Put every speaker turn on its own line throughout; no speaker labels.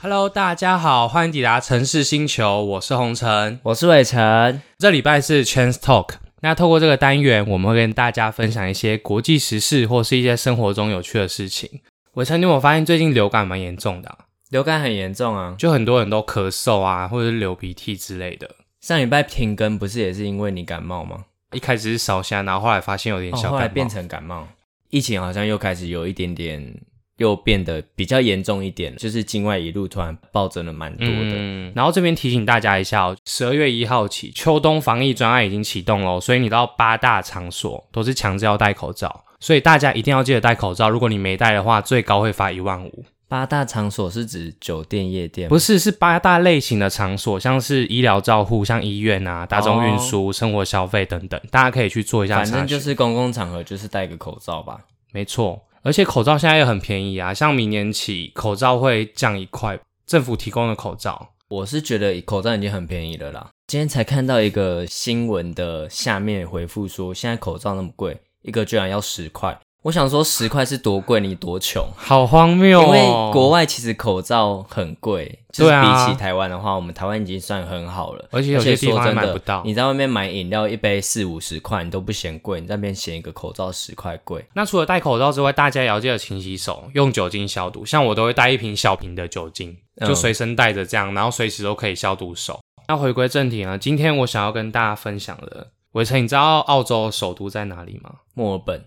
Hello，大家好，欢迎抵达城市星球，我是红尘。
我是伟成，
这礼拜是 Chance Talk，那透过这个单元，我们会跟大家分享一些国际时事或是一些生活中有趣的事情。伟成，你有没有发现最近流感蛮严重的啊、
流感很严重啊。
就很多人都咳嗽啊，或者是流鼻涕之类的。
上礼拜停更不是也是因为你感冒吗？
一开始是烧香，然后后来发现有点
哦，
小感冒，
后来变成感冒，疫情好像又开始有一点点，又变得比较严重一点，就是境外一路突然暴增了蛮多的。
嗯，然后这边提醒大家一下哦，十二月一号起，秋冬防疫专案已经启动喽，所以你到八大场所都是强制要戴口罩，所以大家一定要记得戴口罩。如果你没戴的话，最高会罚一万五。
八大场所是指酒店、夜店吗，
不是，是八大类型的场所，像是医疗照护、像医院啊、大众运输、生活消费等等，大家可以去做一下查
哦反
询。
正就是公共场合就是戴个口罩吧。
没错，而且口罩现在也很便宜啊，像明年起口罩会降一块，政府提供的口罩。
我是觉得口罩已经很便宜了啦。今天才看到一个新闻的下面回复说，现在口罩那么贵，一个居然要十块。我想说十块是多贵，你多穷。
好荒谬哦！
因为国外其实口罩很贵，就是
对啊
比起台湾的话，我们台湾已经算很好了。
而且有
而
些
且
地
说
方还
真
买不
的，
到。
你在外面买饮料一杯四五十块，你都不嫌贵，你在那边嫌一个口罩十块贵。
那除了戴口罩之外，大家也要记得勤洗手，用酒精消毒。像我都会带一瓶小瓶的酒精，就
嗯
随身带着这样，然后随时都可以消毒手。那回归正题啊，今天我想要跟大家分享的，伟成，你知道澳洲首都在哪里吗？
墨尔本、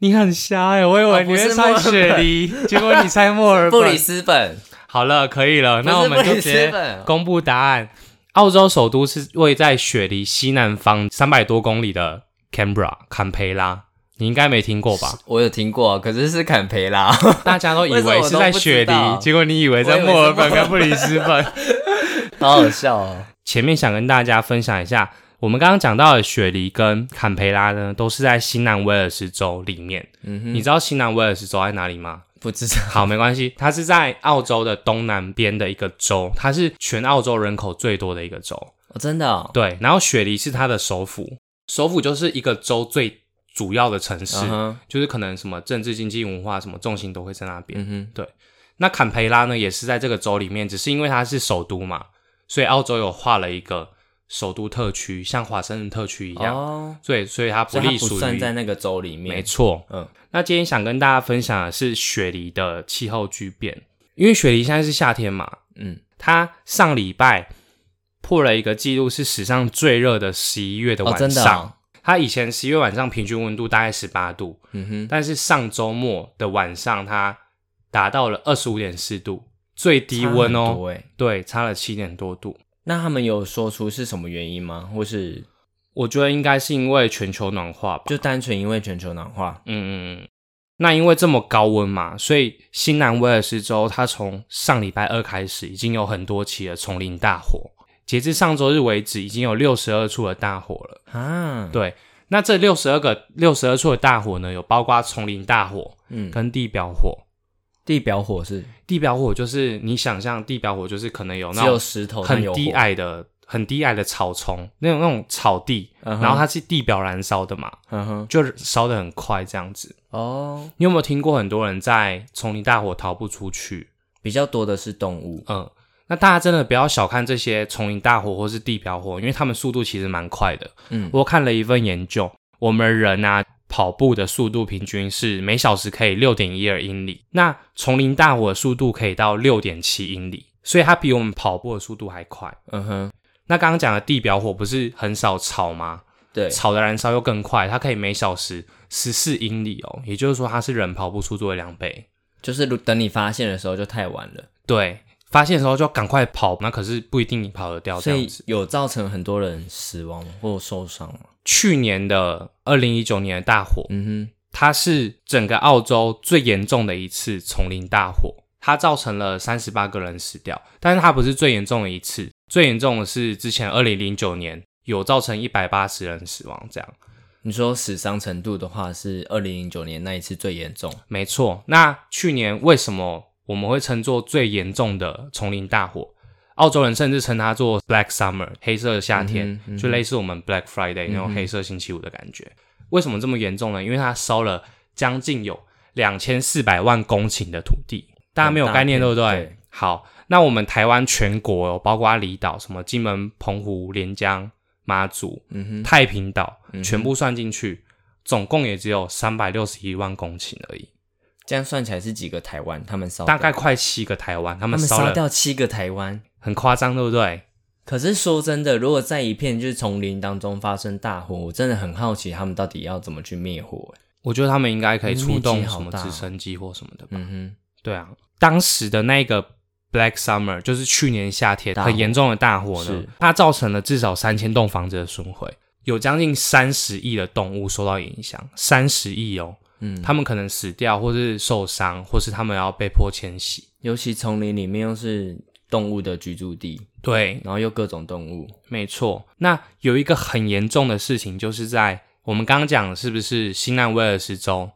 你很瞎哎、我以
哦
为你
不是
会猜
墨尔本
雪梨，结果你猜墨尔本。
布里斯本，
好了，可以了，那我们
不
就是直
布里斯
接
本。
公布答案。澳洲首都是位在雪梨西南方三百多公里的 Canberra 堪培拉，你应该没听过吧？
我有听过，可是是坎 培拉。
大家都以为是在雪
为什么
梨，
我都不知道
结果你以为在墨尔本跟布里斯本。
好好笑哦！
前面想跟大家分享一下，我们刚刚讲到的雪梨跟坎培拉呢，都是在新南威尔士州里面。
嗯
你知道新南威尔士州在哪里吗？
不知道，
好，没关系，它是在澳洲的东南边的一个州，它是全澳洲人口最多的一个州。
哦、真的、哦。
对，然后雪梨是它的首府，首府就是一个州最主要的城市，
嗯哼，
就是可能什么政治、经济、文化什么重心都会在那边。
嗯哼，
那坎培拉呢，也是在这个州里面，只是因为它是首都嘛，所以澳洲有划了一个首都特区，像华盛顿特区一样，
哦，
所以所以它
所
不
以它
隶
不
属
算
于。
在那个州里面。
没错，
嗯，
那今天想跟大家分享的是雪梨的气候巨变，因为雪梨现在是夏天嘛，
嗯，
它上礼拜破了一个记录，是史上最热的十一月的
哦，真
晚
的、
上。
哦。
它以前十一月晚上平均温度大概十八度，
嗯哼，
但是上周末的晚上，它达到了二十五点四度，最低温
差很
哦，
多欸
对，差了七点多度。
那他们有说出是什么原因吗？或是
我觉得应该是因为全球暖化吧。
就单纯因为全球暖化？
嗯嗯嗯。那因为这么高温嘛，所以新南威尔士州它从上礼拜二开始已经有很多起了丛林大火，截至上周日为止，已经有六十二处的大火了。
啊，
对那这六十二个六十二处的大火呢，有包括丛林大火
嗯，
跟地表火。
地表火是
地表火就是你想象，地表火就是可能有那
只有
种
石头，它
很
有火
低，矮的、很低矮的草丛，那种那种草地，
嗯哼
然后它是地表燃烧的嘛，
嗯哼，
就是烧得很快这样子。
哦，
你有没有听过很多人在丛林大火逃不出去？
比较多的是动物，
嗯，那大家真的不要小看这些丛林大火或是地表火，因为它们速度其实蛮快的。
嗯，
我看了一份研究，我们人啊跑步的速度平均是每小时可以六点一二英里，那丛林大火的速度可以到六点七英里，所以它比我们跑步的速度还快。
嗯哼，
那刚刚讲的地表火不是很少草吗？
对，
草的燃烧又更快，它可以每小时十四英里哦，也就是说它是人跑步速度的两倍。
就是如等你发现的时候就太晚了，
对，发现的时候就赶快跑，那可是不一定你跑得掉这
所
样
以
子。
有造成很多人死亡或受伤吗？
去年的二零一九年的大火，
嗯
它是整个澳洲最严重的一次丛林大火，它造成了三十八个人死掉，但是它不是最严重的一次，最严重的是之前二零零九年有造成一百八十人死亡，这样
哼，你说死伤程度的话是二零零九年那一次最严重，
没错。那去年为什么我们会称作最严重的丛林大火？澳洲人甚至称它做 Black Summer 黑色的夏天，
嗯哼嗯哼嗯
就类似我们 Black Friday 那种黑色星期五的感觉。为什么这么严重呢？因为它烧了将近有两千四百万公顷的土地，大家没有概念，对
很
不
大
对？
片对
好，那我们台湾全国哦，包括离岛、什么金门、澎湖、连江、马祖、
嗯哼，
太平岛，
嗯
全部算进去，总共也只有三百六十一万公顷而已，
这样算起来是几个台湾？他们烧
大概
掉
快七个台湾，他
他
们
们
烧
烧
了，
掉七个台湾。
很夸张，对不对？
可是说真的，如果在一片就是丛林当中发生大火，我真的很好奇他们到底要怎么去灭火。
我觉得他们应该可以
嗯
出
面
动
积好
什么
大哦
直升机或什么的吧。
嗯
对啊，当时的那个 Black Summer 就是去年夏天
大火
很严重的大火呢
是，
它造成了至少三千栋房子的损毁，有将近三十亿的动物受到影响，三十亿哦，
哼，嗯，
他们可能死掉，或是受伤，或是他们要被迫迁徙。
尤其丛林里面又是动物的居住地，
对，
然后又各种动物，
没错。那有一个很严重的事情，就是在我们刚刚讲，是不是新南威尔士州，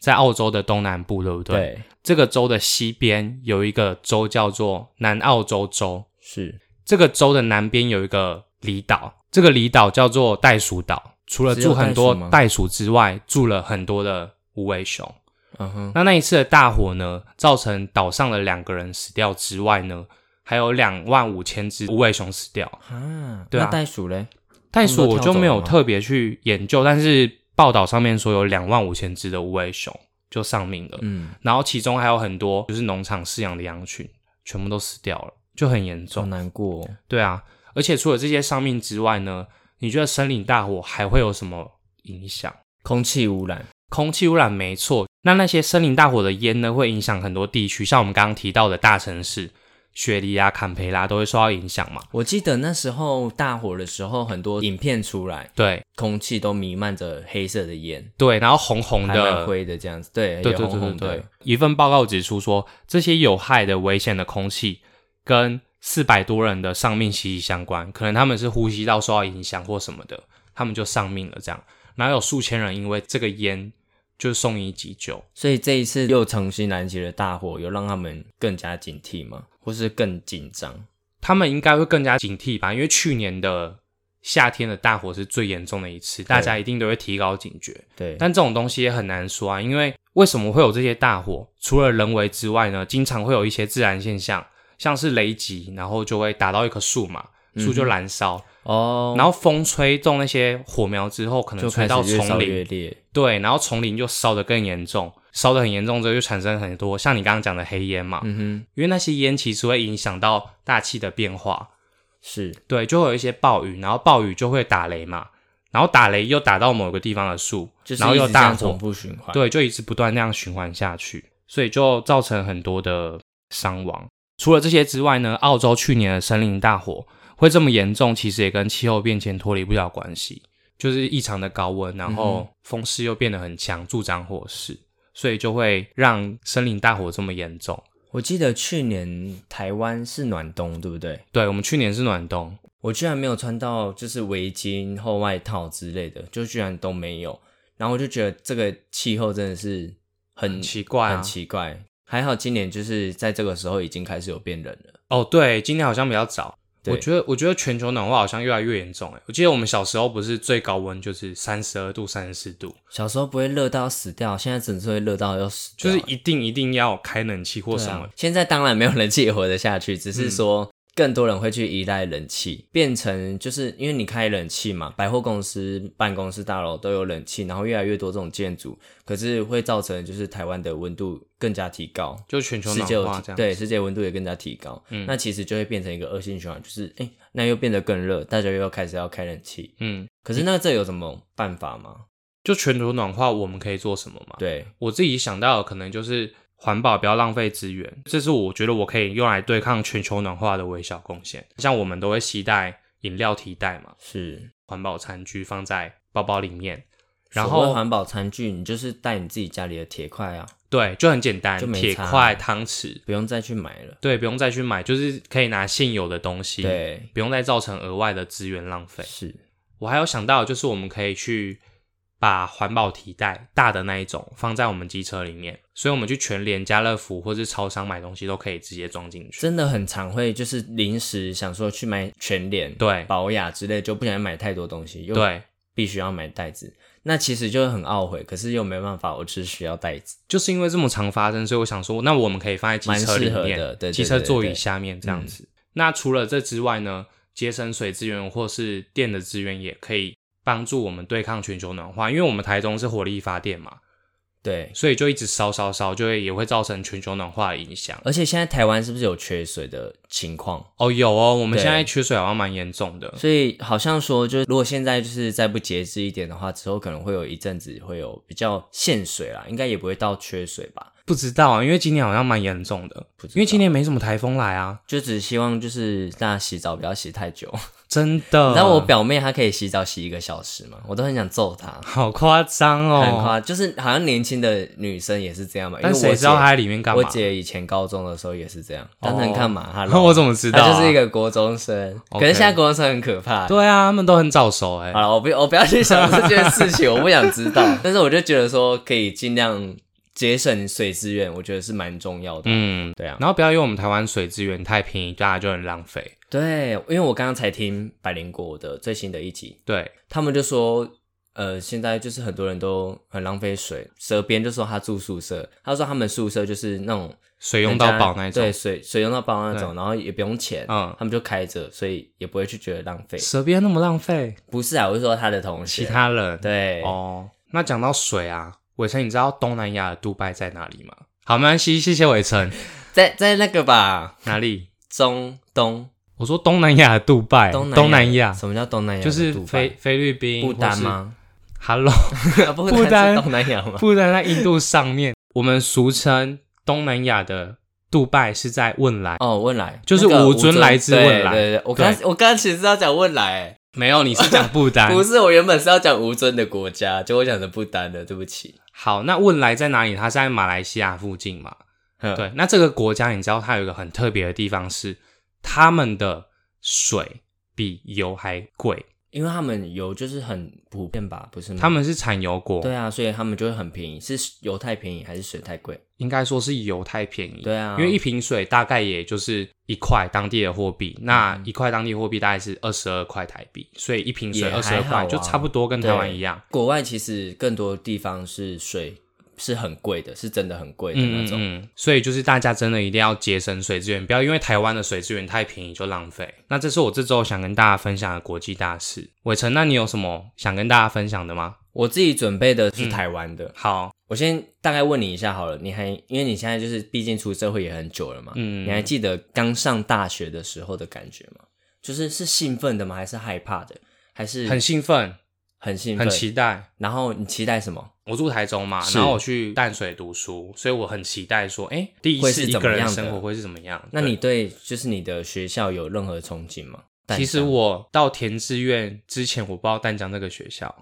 在澳洲的东南部，对不对？
对，
这个州的西边有一个州叫做南澳洲州，
是
这个州的南边有一个离岛，这个离岛叫做袋鼠岛。除了
只有
住很多
袋鼠吗
袋鼠之外，住了很多的无尾熊。
嗯哼，
那那一次的大火呢，造成岛上的两个人死掉之外呢，还有两万五千只无尾熊死掉。
啊，
对啊
那袋鼠嘞？
袋鼠我就没有
他们都跳走了吗
特别去研究，但是报道上面说有两万五千只的无尾熊就丧命了，
嗯，
然后其中还有很多就是农场饲养的羊群，全部都死掉了，就很严重
好。难过哦、
对啊，而且除了这些伤病之外呢，你觉得森林大火还会有什么影响？
空气污染，
空气污染没错，那那些森林大火的烟呢，会影响很多地区，像我们刚刚提到的大城市，雪梨啊、坎培拉都会受到影响嘛。
我记得那时候大火的时候，很多影片出来，
对
空气都弥漫着黑色的烟，
对，然后红红
还蛮
的，
灰的这样子，对，
对
也
对对
红
对
红的
对。一份报告指出说，这些有害的、危险的空气跟四百多人的丧命息息相关，可能他们是呼吸道受到影响或什么的，他们就丧命了。这样，然后有数千人因为这个烟就送医急救。
所以这一次又重新燃起了大火，有让他们更加警惕吗？或是更紧张？
他们应该会更加警惕吧，因为去年的夏天的大火是最严重的一次，大家一定都会提高警觉。
对，
但这种东西也很难说啊，因为为什么会有这些大火？除了人为之外呢，经常会有一些自然现象，像是雷击，然后就会打到一棵树嘛，树
嗯
就燃烧，
哦，
然后风吹动那些火苗之后，可能
就
吹
开
到
始越
丛
烧
林，
越烈，
对，然后丛林就烧得更严重，烧得很严重之后，就产生很多像你刚刚讲的黑烟嘛，
嗯
因为那些烟其实会影响到大气的变化，
哼，是
对，就会有一些暴雨，然后暴雨就会打雷嘛，然后打雷又打到某个地方的树，
就是
然后
一直
又
这
大
样
火
重，复循环。，
对，就一直不断那样循环下去，所以就造成很多的伤亡。除了这些之外呢，澳洲去年的森林大火会这么严重，其实也跟气候变迁脱离不了关系，就是异常的高温，然后风势又变得很强，助长火势，所以就会让森林大火这么严重。
我记得去年台湾是暖冬，对不对？
对我们去年是暖冬，
我居然没有穿到就是围巾、厚外套之类的，就居然都没有。然后我就觉得这个气候真的是很
很奇怪啊
很奇怪。还好今年就是在这个时候已经开始有变冷了。
哦，对，今天好像比较早。
对
我觉得，我觉得全球暖化好像越来越严重。哎，我记得我们小时候不是最高温就是三十二度、三十四度，
小时候不会热到死掉，现在只是会热到要死
就
掉
是一定一定要开冷气或
啊对
什
啊
么。
现在当然没有人气也活得下去，只是
嗯
说更多人会去依赖冷气，变成就是因为你开冷气嘛，百货公司、办公室大楼都有冷气，然后越来越多这种建筑，可是会造成就是台湾的温度更加提高，
就全球
世
暖
界有
化这样。
对世界温度也更加提高，
嗯
那其实就会变成一个恶性循环，就是哎、诶那又变得更热，大家又要开始要开冷气，
嗯，
可是那这有什么办法吗？
就全球暖化，我们可以做什么嘛？，
对，
我自己想到的可能就是环保，不要浪费资源，这是我觉得我可以用来对抗全球暖化的微小贡献。像我们都会携带饮料提袋嘛，
是。
环保餐具放在包包里面，然
所谓
后
环保餐具，你就是带你自己家里的铁块啊，
对，就很简单
就，没
铁
差
块、汤匙，
不用再去买了。
对，不用再去买，就是可以拿现有的东西，，
对，
不用再造成额外的资源浪费。
是
我还有想到，就是我们可以去把环保提袋大的那一种放在我们机车里面，所以我们去全联、家乐福或是超商买东西都可以直接装进去。
真的很常会就是临时想说去买全脸、
对
保养之类，就不想买太多东西，又
对
必须要买袋子，那其实就会很懊悔，可是又没办法，我只需要袋子。
就是因为这么常发生，所以我想说，那我们可以放在机
蛮
车
适
里
合
面，
的对对
机车
对
座
对
椅下面这样
嗯
子。那除了这之外呢，节省水资源或是电的资源也可以帮助我们对抗全球暖化，因为我们台中是火力发电嘛，
对，
所以就一直烧烧烧，就会也会造成全球暖化的影响。
而且现在台湾是不是有缺水的情况？
哦，有哦，我们
对
现在缺水好像蛮严重的。
所以好像说，就是如果现在就是再不节制一点的话，之后可能会有一阵子会有比较限水啦，应该也不会到缺水吧。
不知道啊，因为今年好像蛮严重的，
不知
因为今
道
年没什么台风来啊，
就只希望就是大家洗澡不要洗太 久。
嗯真的。
你知道我表妹她可以洗澡洗一个小时吗？我都很想揍她，
好夸张哦，
很夸，就是好像年轻的女生也是这样嘛。因为
但
我
谁知道
姐
他在里面干嘛？哦
我姐以前高中的时候也是这样，但能干嘛？她
我怎么知道啊、
她就是一个国中生，可
OK
是现在国中生很可怕。
对啊，他们都很早熟哎、
好了，我不我不要去想这件事情，我不想知道。 但是我就觉得说，可以尽量节省水资源，我觉得是蛮重要的。
嗯，
对啊，
然后不要因为我们台湾水资源太便宜，大家就很浪费。
对，因为我刚刚才听百灵果的最新的一集，
对，
他们就说，呃，现在就是很多人都很浪费水。蛇边就说他住宿舍，他说他们宿舍就是那种
水用到饱那一
对，
种。
水水用到饱那种，然后也不用钱，
嗯
他们就开着，所以也不会去觉得浪费。
蛇边那么浪费，
不是啊，我是说他的同学，
其他人
对，
哦。那讲到水啊，伟成，你知道东南亚的杜拜在哪里吗？好，没关系，谢谢伟成。
在在那个吧，
哪里？
中东
我说东南亚的杜拜，
东
东
南
南亚
什么叫东南亚的
就是
杜拜？
菲菲律宾、
不丹？吗？ 啊
Hello，
不
不丹
丹是东南亚吗？
不丹在印度上面，我们俗称东南亚的杜拜是在汶莱。
哦，汶莱
就是
那个
吴尊来自汶莱
对对对，我刚我刚其实是要讲汶莱，欸
没有，你是讲不丹
不是我原本是要讲吴尊的国家，结果我讲的不丹的，对不起。
好，那汶莱在哪里？它是在马来西亚附近嘛？
嗯，
对，那这个国家你知道它有一个很特别的地方是，他们的水比油还贵，
因为他们油就是很普遍吧，不是吗？
他们是产油国，
对啊，所以他们就会很便宜，是油太便宜还是水太贵？
应该说是油太便宜。
对啊
因为一瓶水大概也就是一块当地的货币，
嗯
那一块当地货币大概是二十二块台币，所以一瓶水
也
二十
还
二
好
块
啊
就差不多跟台湾一样。
国外其实更多地方是水是很贵的，是真的很贵的
嗯
那
嗯
种。
嗯，所以就是大家真的一定要节省水资源，不要因为台湾的水资源太便宜就浪费。那这是我这周想跟大家分享的国际大事。伟成，那你有什么想跟大家分享的吗？
我自己准备的是台湾的，
好，
我先大概问你一下好了，你还因为你现在就是毕竟出社会也很久了嘛，
嗯
你还记得刚上大学的时候的感觉吗？就是是兴奋的吗？还是害怕的？还是
很兴奋，
很嗯兴奋？
很期待。
然后你期待什么？
我住台中嘛，
是
然后我去淡水读书，所以我很期待说，哎、第一
会
次
是
一
怎
个
么
人
样的
生活会是怎么样？
那
对
你对就是你的学校有任何憧憬吗？
其实
淡江
我到填志愿之前，我不知道淡江这个学校，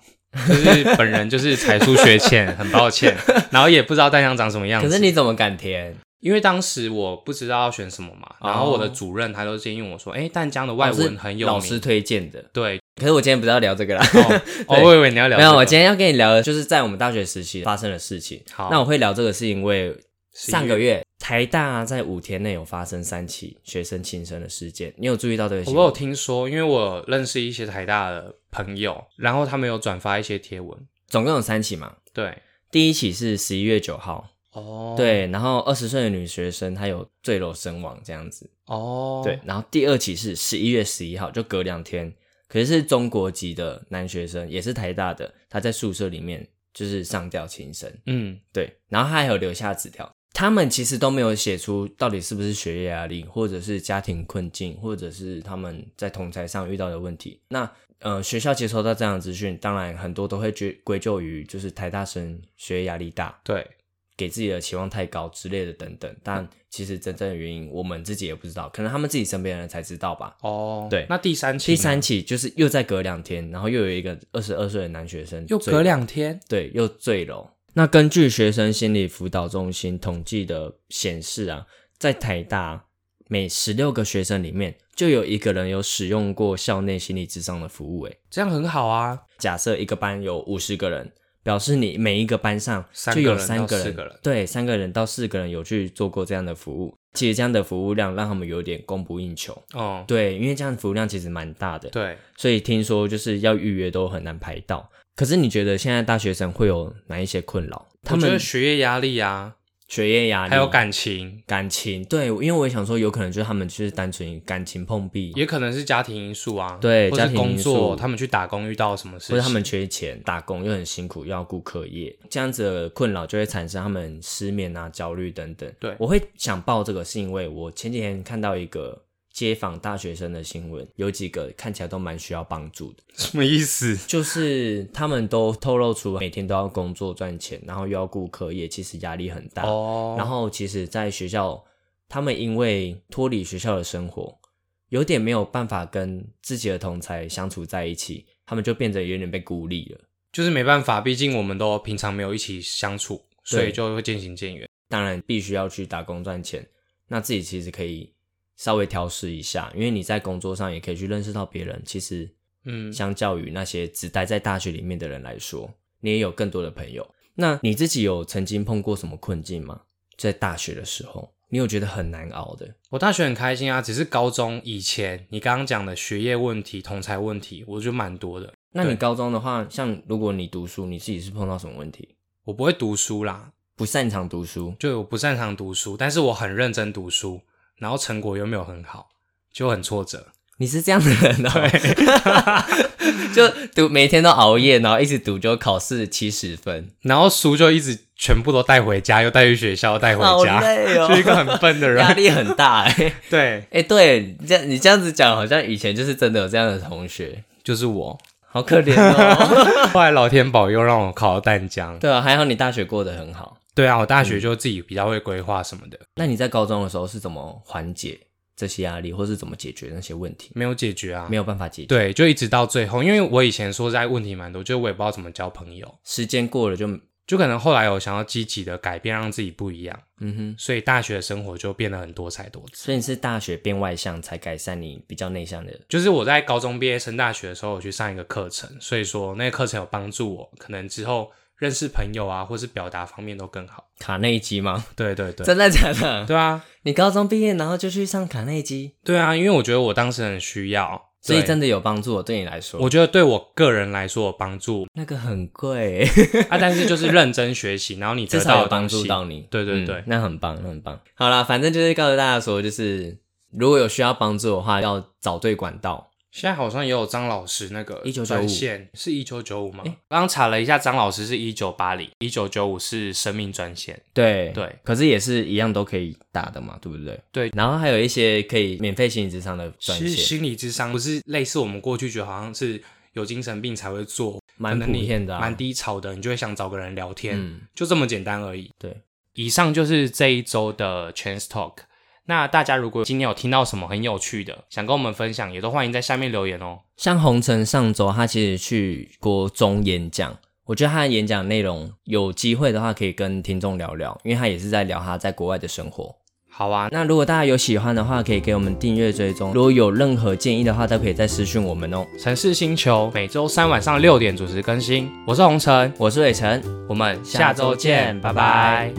就是本人就是才疏学浅， 很抱歉，然后也不知道淡江长什么样子。
可是你怎么敢填？
因为当时我不知道要选什么嘛，
哦
然后我的主任他就建议我说：“哎、淡江的外文很有
老
名。
师推荐的。
对，
可是我今天不是要聊这个啦，
哦，哦我以为你要聊、
没有，我
今
今天要跟你聊的就是在我们大学时期发生的事情。
好
那我会聊这个是因为
11
上个月台大在五天内有发生三起学生轻生的事件，你有注意到这个新
我有
闻？
听说，因为我认识一些台大的朋友，然后他们有转发一些贴文。
总共有三起嘛。
对，
第一起是十一月九号，
哦，，
对，然后二十岁的女学生她有坠楼身亡这样子，
哦，
对，，然后第二起是十一月十一号，就隔两天，可是是中国籍的男学生，也是台大的，他在宿舍里面就是上吊轻生，
嗯，
对，然后他还有留下纸条。他们其实都没有写出到底是不是学业压力，或者是家庭困境，或者是他们在同才上遇到的问题。那呃，学校接收到这样的资讯，当然很多都会觉归咎于就是台大生学业压力大，
对，
给自己的期望太高之类的等等。
嗯
但其实真正的原因，我们自己也不知道，可能他们自己身边的人才知道吧。
哦，
对
那第三期
第
呢，
三起就是又再隔两天，然后又有一个二十二岁的男学生
又
坠
隔
楼
两天，
对，又坠楼。那根据学生心理辅导中心统计的显示啊，在台大每十六个学生里面，就有一个人有使用过校内心理智商的服务、欸。
这样很好啊。
假设一个班有五十个人，表示你每一个班上
三
就
个
有
人
三
到
个
四
人，
个人
对，三个人到四个人有去做过这样的服务。其实这样的服务量让他们有点供不应求，
哦、
对，因为这样的服务量其实蛮大的，
对，
所以听说就是要预约都很难排到。可是你觉得现在大学生会有哪一些困扰？他
我觉得
们
学业压力啊，
学业压力，
还有感情，
感情，对，因为我也想说，有可能就是他们就是单纯感情碰壁，
也可能是家庭因素啊，
对
或是
家庭
工
因素
作，他们去打工遇到什么事情，
或者他们缺钱，打工又很辛苦，又要顾课业，这样子的困扰就会产生他们失眠啊、焦虑等等。
对
我会想报这个，是因为我前几天看到一个街访大学生的新闻，有几个看起来都蛮需要帮助的，
什么意思？
就是他们都透露出每天都要工作赚钱，然后又要顾课业，其实压力很大。
哦，
然后其实，在学校，他们因为脱离学校的生活，有点没有办法跟自己的同才相处在一起，他们就变得有点被孤立了。
就是没办法，毕竟我们都平常没有一起相处，所以就会渐行渐远。
当然，必须要去打工赚钱，那自己其实可以稍微调试一下，因为你在工作上也可以去认识到别人。其实，
嗯，
相较于那些只待在大学里面的人来说，你也有更多的朋友。那你自己有曾经碰过什么困境吗？在大学的时候，你有觉得很难熬的？
我大学很开心啊，只是高中以前你刚刚讲的学业问题、同才问题，我觉得蛮多的。
那
对
你高中的话，像如果你读书，你自己是碰到什么问题？
我不会读书啦，
不擅长读书，
就我不擅长读书，但是我很认真读书，然后成果又没有很好，就很挫折。
你是这样的人哦、 就读每天都熬夜，然后一直读，就考试七十分，
然后书就一直全部都带回家，又带去学校，带回
好
家，
累 哦、
就一个 很笨的
压
人。
力很大哎、欸。
对，
哎、对，你这样你这样子讲，好像以前就是真的有这样的同学，
就是我。
好可怜哦、
后来老天保佑，让我考到淡江。
对啊，还好你大学过得很好。
对啊，我大学就自己比较会规划什么的，
那你在高中的时候是怎么缓解这些压力，或是怎么解决那些问题？
没有解决啊。
没有办法解决，
对，就一直到最后，因为我以前说实在问题蛮多，就我也不知道怎么交朋友，
时间过了就，
就可能后来我想要积极的改变，让自己不一样，
嗯哼。
所以大学的生活就变得很多彩多姿。
所以你是大学变外向才改善你比较内向的，
就是我在高中毕业升大学的时候，我去上一个课程，所以说那个课程有帮助我，可能之后认识朋友啊，或是表达方面都更好。
卡内基吗？
对对对，
真的假的？
对啊，
你高中毕业然后就去上卡内基，
对啊，因为我觉得我当时很需要，
所以
对
真的有帮助我。对你来说，
我觉得对我个人来说有帮 助
那个很贵，欸
啊，但是就是认真学习，然后你
至
得
少
到
有
的东
帮
西
助到你。
对对对
嗯那很棒，那很棒。好啦，反正就是告诉大家说，就是如果有需要帮助的话，要找对管道。
现在好像也有张老师那个
1995
专线，是一九九五吗？刚刚查了一下，张老师是一九八零，一九九五是生命专线。
对
对
可是也是一样都可以打的嘛，对不对？
对。
然后还有一些可以免费心理咨商的专
其实
线，
心理智商不是类似我们过去觉得好像是有精神病才会做，
蛮
可
普
能你
遍的、啊，
蛮低潮的，你就会想找个人聊天，
嗯
就这么简单而已。
对，
以上就是这一周的 Chance Talk。那大家如果今天有听到什么很有趣的，想跟我们分享，也都欢迎在下面留言哦。
像洪晨上周他其实去国中演讲，我觉得他的演讲内容有机会的话可以跟听众聊聊，因为他也是在聊他在国外的生活。
好啊，
那如果大家有喜欢的话，可以给我们订阅追踪。如果有任何建议的话，都可以再私讯我们哦。
城市星球每周三晚上六点准时更新，我是红尘。
我是伟成。
我们下周见，拜拜。